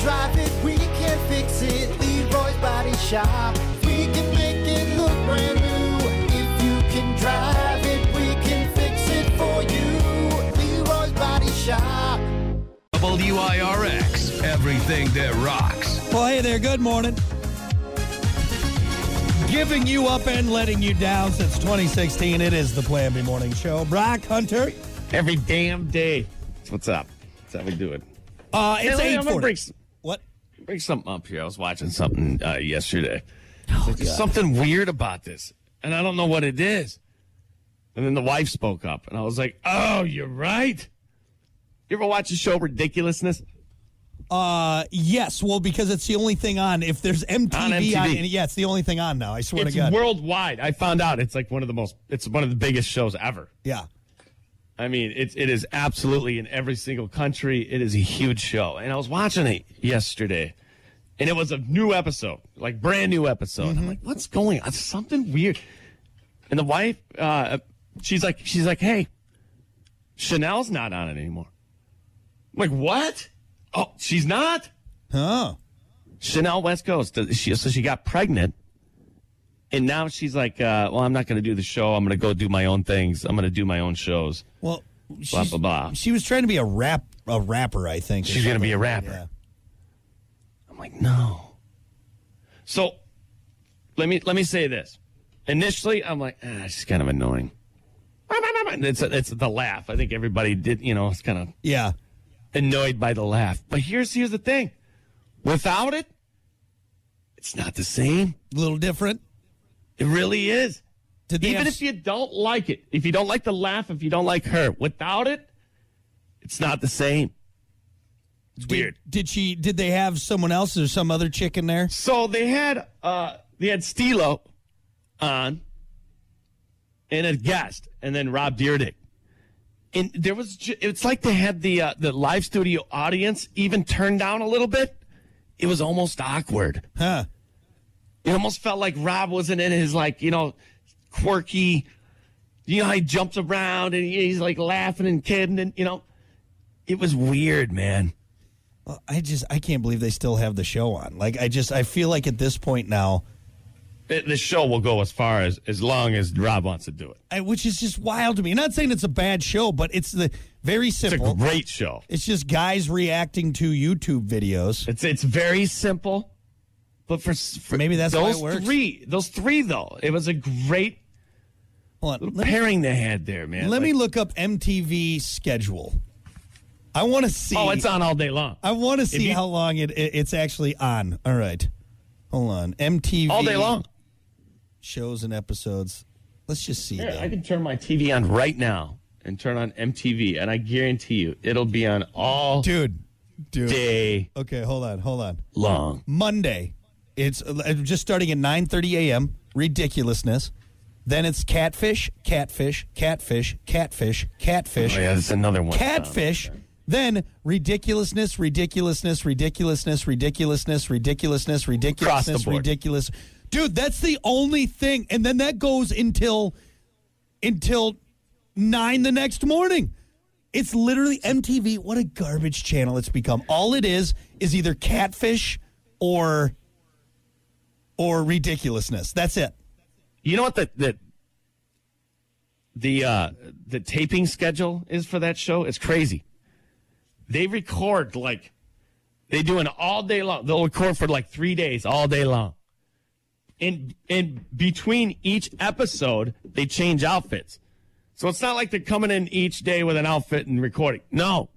drive it, we can fix it. Leroy's Body Shop. We can make it look brand new. If you can drive it, we can fix it for you. Leroy's Body Shop. WIRX, everything that rocks. Well, hey there. Good morning. Giving you up and letting you down since 2016. It is the Plan B Morning Show. Brock Hunter. Every damn day. What's up? That's how we do it. Uh, it's Hey, I'm 840. gonna bring, s- What? bring something up here. I was watching something uh, yesterday. There's something weird about this, and I don't know what it is. And then the wife spoke up, and I was like, "Oh, you're right." You ever watch the show Ridiculousness? Uh, yes. Well, because it's the only thing on. If there's MTV on, MTV. and yeah, it's the only thing on now. I swear It's to God. worldwide. I found out it's like one of the most. It's one of the biggest shows ever. yeah. I mean, it, it is absolutely in every single country. It is a huge show. And I was watching it yesterday, and it was a new episode, like brand new episode. I'm like, what's going on? Something weird. And the wife, uh, she's like, she's like, hey, Chanel's not on it anymore. I'm like, what? Oh, she's not? Huh. Chanel West Coast. Does She, so she got pregnant. And now she's like, uh, well, I'm not going to do the show. I'm going to go do my own things. I'm going to do my own shows. Well, she's- blah, blah. she was trying to be a rap a rapper, I think. or She's gonna something. be a rapper. Yeah. I'm like, no. So let me let me say this. Initially, I'm like, ah, she's kind of annoying. It's it's the laugh. I think everybody did, you know, it's kind of Yeah. annoyed by the laugh. But here's here's the thing. Without it, it's not the same. A little different. It really is. Did they Even have- if you don't like it, if you don't like the laugh, if you don't like her, without it, it's not the same. It's weird. Did she? Did they have someone else or some other chick in there? So they had uh they had Stilo on and a guest, and then Rob Deerdick. And there was ju- it's like they had the uh, the live studio audience even turned down a little bit. It was almost awkward. Huh. It almost felt like Rob wasn't in his like you know quirky. You know how he jumps around and he's like laughing and kidding and you know, it was weird, man. Well, I just I can't believe they still have the show on. Like I just I feel like at this point now, The the show will go as far as as long as Rob wants to do it. I, which is just wild to me. Not saying it's a bad show, but it's the very It's simple. a It's, great show. just guys reacting to YouTube videos. It's it's very simple, but for, s- for Maybe that's why those it works. three, those three though, it was a great Hold on, let, me- pairing they had there, man. let me Like, look up MTV schedule. I want to see. oh, it's on all day long, I want to see you- how long it, it it's actually on. All right, hold on. MTV all day long. shows and episodes. Let's just see. Here, though. I can turn my TV on right now and turn on MTV, and I guarantee you, it'll be on all dude, dude. day Okay, hold on, hold on. long. Monday, it's uh, just starting at 9:30 a.m. Ridiculousness. Then it's catfish, catfish, catfish, catfish, catfish, Oh, yeah, that's another one. catfish. Then ridiculousness, ridiculousness, ridiculousness, ridiculousness, ridiculousness, Across the ridiculousness, board. ridiculous. Dude, that's the only thing, and then that goes until until nine the next morning. It's literally MTV. What a garbage channel it's become. All it is is either catfish or or ridiculousness. That's it. You know what the the the uh, the taping schedule is for that show? It's crazy. They record like they do an all day long. They'll record for like three days, all day long. In in between each episode, they change outfits. So it's not like they're coming in each day with an outfit and recording. No,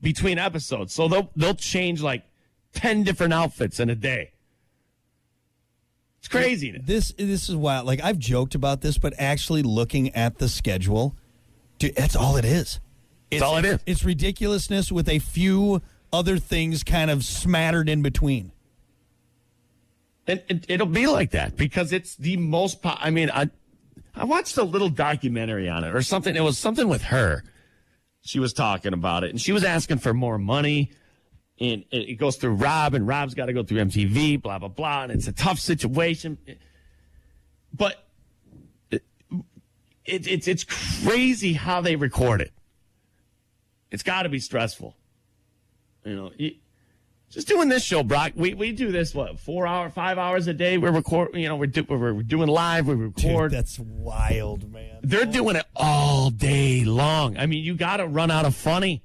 between episodes, so they'll they'll change like ten different outfits in a day. It's craziness. This this is wild. Like I've joked about this, but actually looking at the schedule, dude, that's all it is. It's all it is. It's ridiculousness with a few other things kind of smattered in between. And it, it'll be like that because it's the most. Po- I mean, I I watched a little documentary on it or something. It was something with her. She was talking about it, and she was asking for more money. And it it goes through Rob, and Rob's got to go through MTV, blah blah blah. And it's a tough situation, but it, it, it's it's crazy how they record it. It's got to be stressful, you know. You, just doing this show, Brock. We we do this what four hour, five hours a day. We're record, you know, we're do, we're, we're doing live. We Dude, record. that's wild, man. They're doing it all day long. I mean, you got to run out of funny.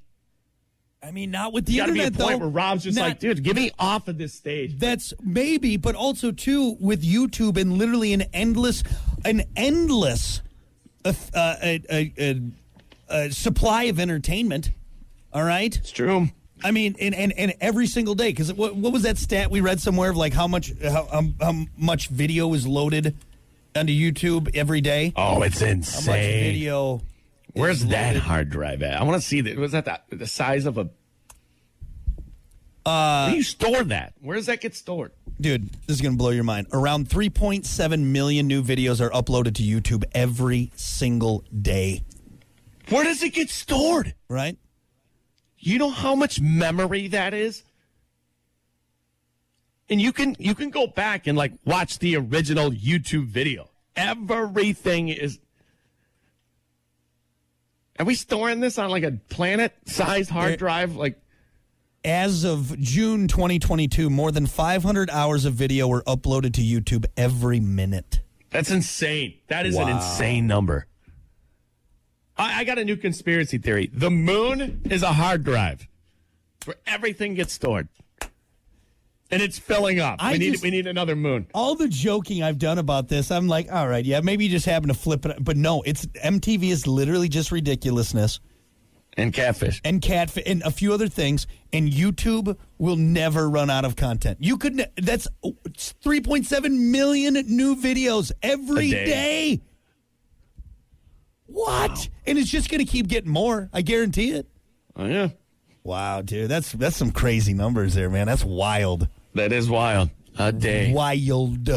I mean, not with the You got to be a internet point though. where Rob's just Not- like, dude, get me off of this stage. That's maybe, but also too with YouTube and literally an endless, an endless, uh, uh, a, a, a, a supply of entertainment. All right. It's true. I mean, and and, and every single day. Because what, what was that stat we read somewhere of like how much how, um, how much video is loaded onto YouTube every day? Oh, it's How much insane. video? Where's that hard drive at? I want to see that. Was that the, the size of a? Uh, Where do you store that? Where does that get stored? Dude, this is going to blow your mind. Around 3.7 million new videos are uploaded to YouTube every single day, Where does it get stored? right? You know how much memory that is? And you can you can go back and like watch the original YouTube video. Everything is Are we storing this on like a planet sized hard drive? Like As of June 2022, more than 500 hours of video were uploaded to YouTube every minute. that's insane. That is an insane number. I, I got a new conspiracy theory. The moon is a hard drive where everything gets stored. And it's filling up. I we need just- we need another moon. All the joking I've done about this, I'm like, all right, yeah, maybe you just happen to flip it. But no, it's MTV is literally just ridiculousness And catfish. and cat and a few other things. And YouTube will never run out of content. You could, ne- that's oh, it's 3.7 million new videos A every day. day. What? And it's just going to keep getting more. I guarantee it. Oh yeah. Wow, dude, that's that's some crazy numbers there, man. That's wild, That is wild. A day. wild.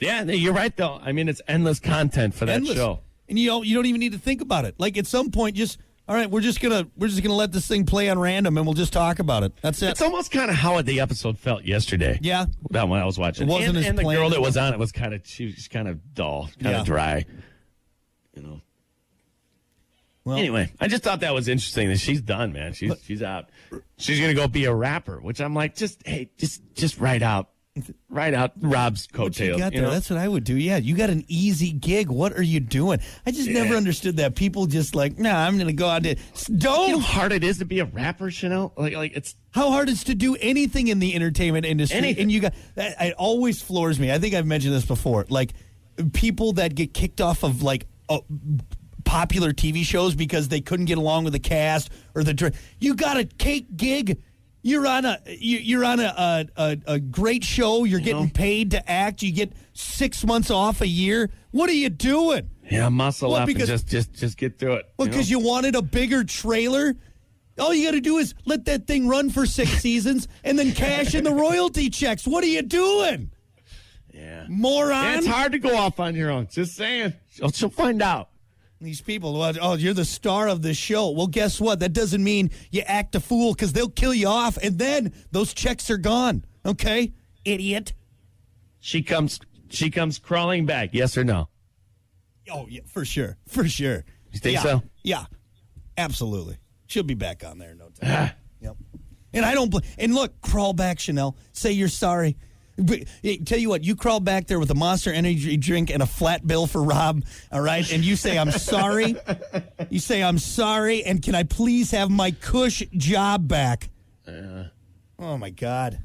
Yeah, no, you're right though. I mean, it's endless content for that Endless. show. And you don't you don't even need to think about it. Like at some point, just all right, we're just gonna we're just gonna let this thing play on random, and we'll just talk about it. That's it. It's almost kind of how the episode felt yesterday. yeah, that one I was watching. It wasn't and, as and the planned. girl that was on it was kind of she was kind of dull, kind of Yeah. dry. You know. Well- anyway, I just thought that was interesting that she's done, man. She's she's out. She's gonna go be a rapper, which I'm like, just hey, just just write out, write out Rob's what you coattails. got you there? know? That's what I would do. Yeah, you got an easy gig. What are you doing? I just never understood that. People just like, nah, I'm gonna go out to S- You know don't. how hard it is to be a rapper, Chanel. Like like it's How hard it's to do anything in the entertainment industry, Anything. and you got that. It always floors me. I think I've mentioned this before. Like people that get kicked off of like uh, popular TV shows because they couldn't get along with the cast or the. dir- You got a cake gig. You're on a you- you're on a a, a, a great show. You're getting know? paid to act. You get six months off a year. What are you doing? Yeah, muscle Well, up because- and just just just get through it. Well, because you wanted a bigger trailer. All you got to do is let that thing run for six seasons and then cash in the royalty checks. What are you doing, know? yeah. moron? Yeah, it's hard to go off on your own. Just saying. She'll, she'll find out. These people, well, oh, you're the star of the show. Well, guess what? That doesn't mean you act a fool because they'll kill you off and then those checks are gone. Okay, idiot. She comes. She comes crawling back. Yes or no? Oh yeah, for sure, for sure. You think yeah. so? Yeah, absolutely. She'll be back on there in no Ah. time. yep. And I don't. Bl- and look, crawl back, Chanel. Say you're sorry. But, eh, tell you what, you crawl back there with a Monster Energy drink and a flat bill for Rob. All right, and you say I'm sorry. you say I'm sorry, and can I please have my cush job back? oh my God.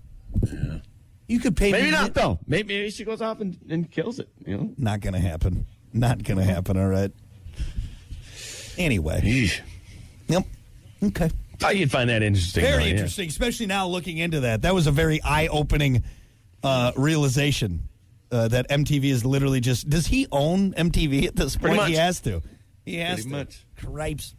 You could pay Maybe me not though. Maybe, maybe she goes off and, and kills it. You know. not gonna happen. Not gonna happen. All right. Anyway. Yep. Okay. Thought you'd find that interesting. Very though, yeah. interesting, especially now looking into that. That was a very eye-opening uh, realization uh, that MTV is literally just. Does he own MTV at this Pretty point? He much. has to. He has Pretty to. much. Cripes.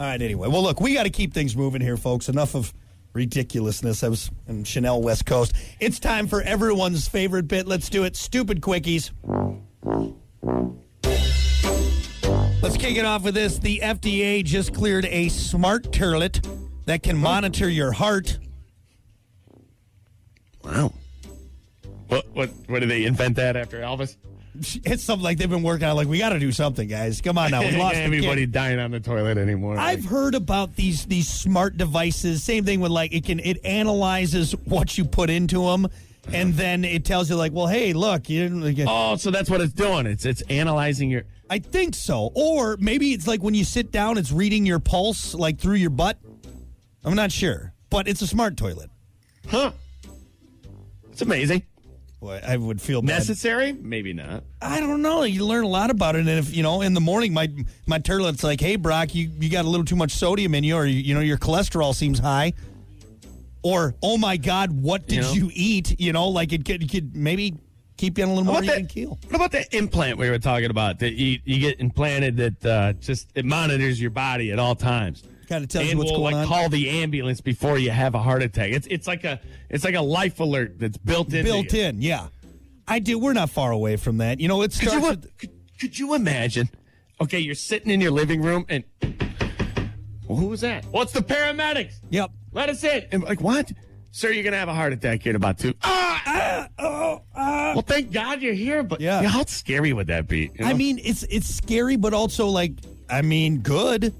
All right. Anyway, well, look, we got to keep things moving here, folks. Enough of ridiculousness. I was in Chanel West Coast. It's time for everyone's favorite bit. Let's do it. Stupid quickies. Let's kick it off with this. The FDA just cleared a smart turlet that can monitor your heart. Wow. What what what did they invent that after Elvis? it's something like they've been working on. Like we got to do something, guys. Come on now, we lost the kid. Everybody dying on the toilet anymore. I've heard about these these smart devices. Same thing with like it can it analyzes what you put into them, and then it tells you like, well, hey, look, you didn't. Like, oh, so that's what it's doing. It's it's analyzing your. I think so. Or maybe it's like when you sit down, it's reading your pulse like through your butt. I'm not sure, but it's a smart toilet. Huh. It's amazing. Boy, I would feel bad. Necessary? Maybe not. I don't know. You learn a lot about it, and if you know, in the morning, my my toilet's like, "Hey, Brock, you, you got a little too much sodium in you, or you, you know, your cholesterol seems high." Or, oh my God, what did you, You know? eat? You know, like it could, it could maybe keep you on a little more What about even that, keel. what about that implant we were talking about that you, you get implanted that uh, just it monitors your body at all times. Kinda tells and you what's will, going like, on. Call the ambulance before you have a heart attack. It's it's like a it's like a life alert that's built in. Built in, yeah. I do. We're not far away from that. You know, it Could starts. you, with, could, could you imagine? Okay, you're sitting in your living room and well, who was that? Well, it's the paramedics. yep. Let us in. And like what? Sir, you're gonna have a heart attack here in about two. Ah, ah, oh, ah. Well, thank God you're here, but Yeah. how scary would that be? you I know? mean, it's it's scary, but also like, I mean, good.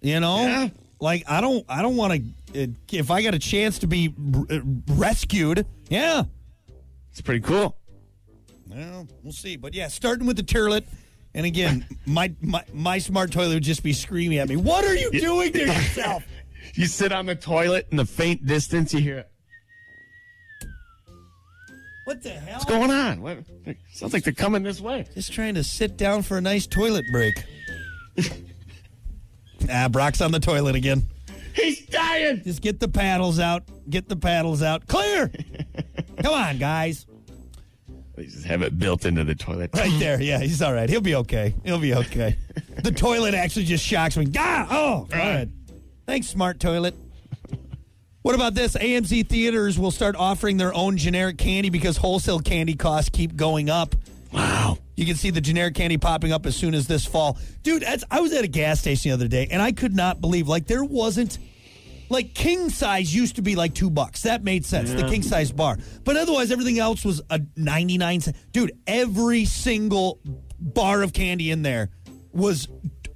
You know, Yeah. like I don't I don't want to. If I got a chance to be r- uh, rescued, yeah. it's pretty cool. Well, we'll see. But yeah, starting with the toilet. And again, my, my my smart toilet would just be screaming at me, "What are you doing to yourself?" You sit on the toilet in the faint distance, you hear What the hell? what's going on. What? Sounds like they're coming this way. Just trying to sit down for a nice toilet break. ah, Brock's on the toilet again. He's dying. Just get the paddles out. Get the paddles out. Clear. Come on, guys. They just have it built into the toilet. Right there. Yeah, he's all right. He'll be okay. He'll be okay. the toilet actually just shocks me. Ah, oh, all right. Thanks, smart toilet. What about this? AMC theaters will start offering their own generic candy because wholesale candy costs keep going up. Wow. You can see the generic candy popping up as soon as this fall. Dude, that's, I was at a gas station the other day and I could not believe, like, there wasn't, like, king size used to be like two bucks. That made sense, the king size bar. But otherwise, everything else was a 99 cent. Dude, every single bar of candy in there was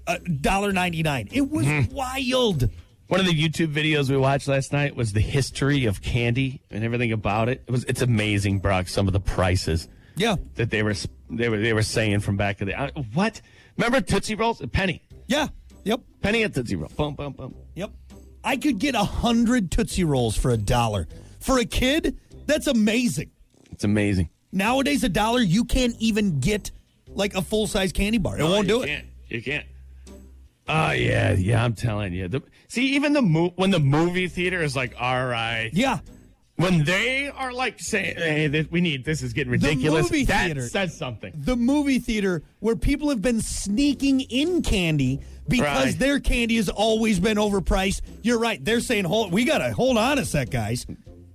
$1.99. It was Mm-hmm. wild. One of the YouTube videos we watched last night was the history of candy and everything about it. It was it's amazing, Brock. Some of the prices Yeah. that they were s- they were they were saying from back of the I, what? Remember Tootsie Rolls? A penny, Yeah. Yep. penny at Tootsie Roll. Boom, boom, boom. Yep. I could get a hundred Tootsie Rolls for a dollar. For a kid, that's amazing. It's amazing. Nowadays, a dollar, you can't even get like a full size candy bar. It No, won't you do it. Can't. You can't. Oh yeah, yeah. I'm telling you. The, see, even the mo- when the movie theater is like, all right, Yeah. when they are like saying, hey, this, we need this is getting ridiculous. movie that theater- says something. The movie theater where people have been sneaking in candy because Right. their candy has always been overpriced. You're right. They're saying, hold, we got to hold on a sec, guys.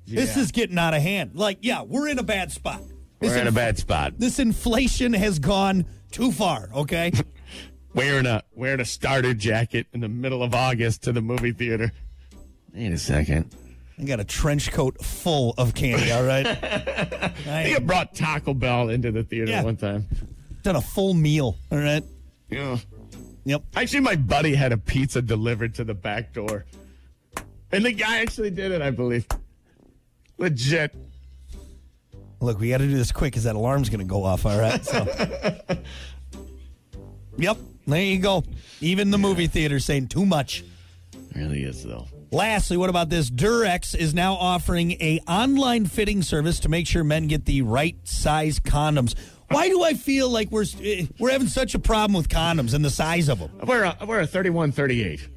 This Yeah. is getting out of hand. Like, yeah, we're in a bad spot. This We're in a inf- bad spot. This inflation has gone too far, okay? Wearing a wearing a starter jacket in the middle of August to the movie theater. Wait a second. I got a trench coat full of candy, all right? I think I brought Taco Bell into the theater Yeah. one time. Done a full meal, all right? Yeah. Yep. Actually, my buddy had a pizza delivered to the back door. And the guy actually did it, I believe. Legit. Look, we got to do this quick because that alarm's going to go off. All right. So. yep. There you go. Even the movie theater's saying too much. Really is, though. Lastly, what about this? Durex is now offering a online fitting service to make sure men get the right size condoms. Why do I feel like we're eh, we're having such a problem with condoms and the size of them? I wear a, I wear a 31 38.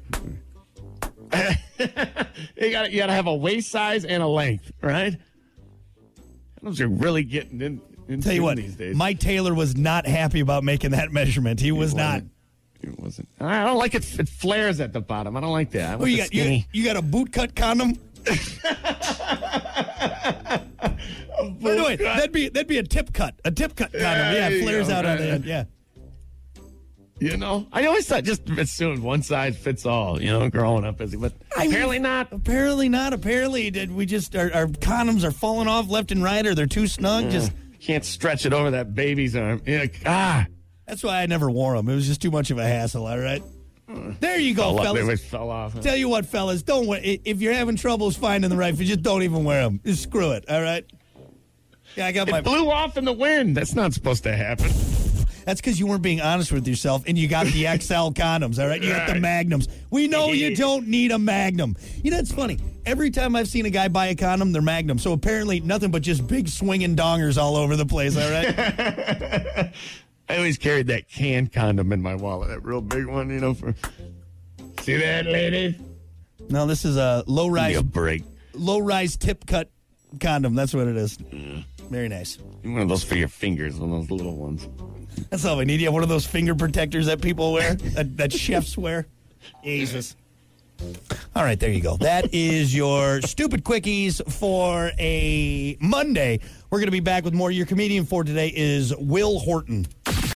you got you got to have a waist size and a length, right? Those are really getting in. in Tell you tune what, these days. Mike Taylor was not happy about making that measurement. He was not. wasn't. It wasn't. I don't like it. It flares at the bottom. I don't like that. I Oh, want you the got you, skinny. you got a boot cut condom. By the way, cut. that'd be that'd be a tip cut, a tip cut condom. Yeah, Yeah, there you flares go. out on the end. Yeah, You know, I always thought just assumed one size fits all. You know, growing up as but I mean- apparently not. Mm. apparently not. Apparently, did we just our, our condoms are falling off left and right, or they're too snug? Just Can't stretch it over that baby's arm. Yeah, ah, That's why I never wore them. It was just too much of a hassle. All right. There you go, Oh, Look, Oh, fellas. it fell off. Tell you what, fellas, don't wear. i- If you're having troubles finding the right, fit, just don't even wear them. Just screw it. All right. Yeah, I got my. It blew off in the wind. That's not supposed to happen. That's because you weren't being honest with yourself, and you got the XL condoms. All right, you got the Right. magnums. We know you don't need a magnum. You know, it's funny. Every time I've seen a guy buy a condom, they're magnum. So apparently, nothing but just big swinging dongers all over the place. All right. I always carried that can condom in my wallet, that real big one, you know. For see that, ladies? no, this is a low rise, Give me a break. low rise tip cut condom. That's what it is. Very nice. One of those for your fingers, one of those little ones. That's all we need. Yeah, one of those finger protectors that people wear, that, that chefs wear. Jesus. All right, there you go. That is your stupid quickies for a Monday. We're going to be back with more. Your comedian for today is Will Horton.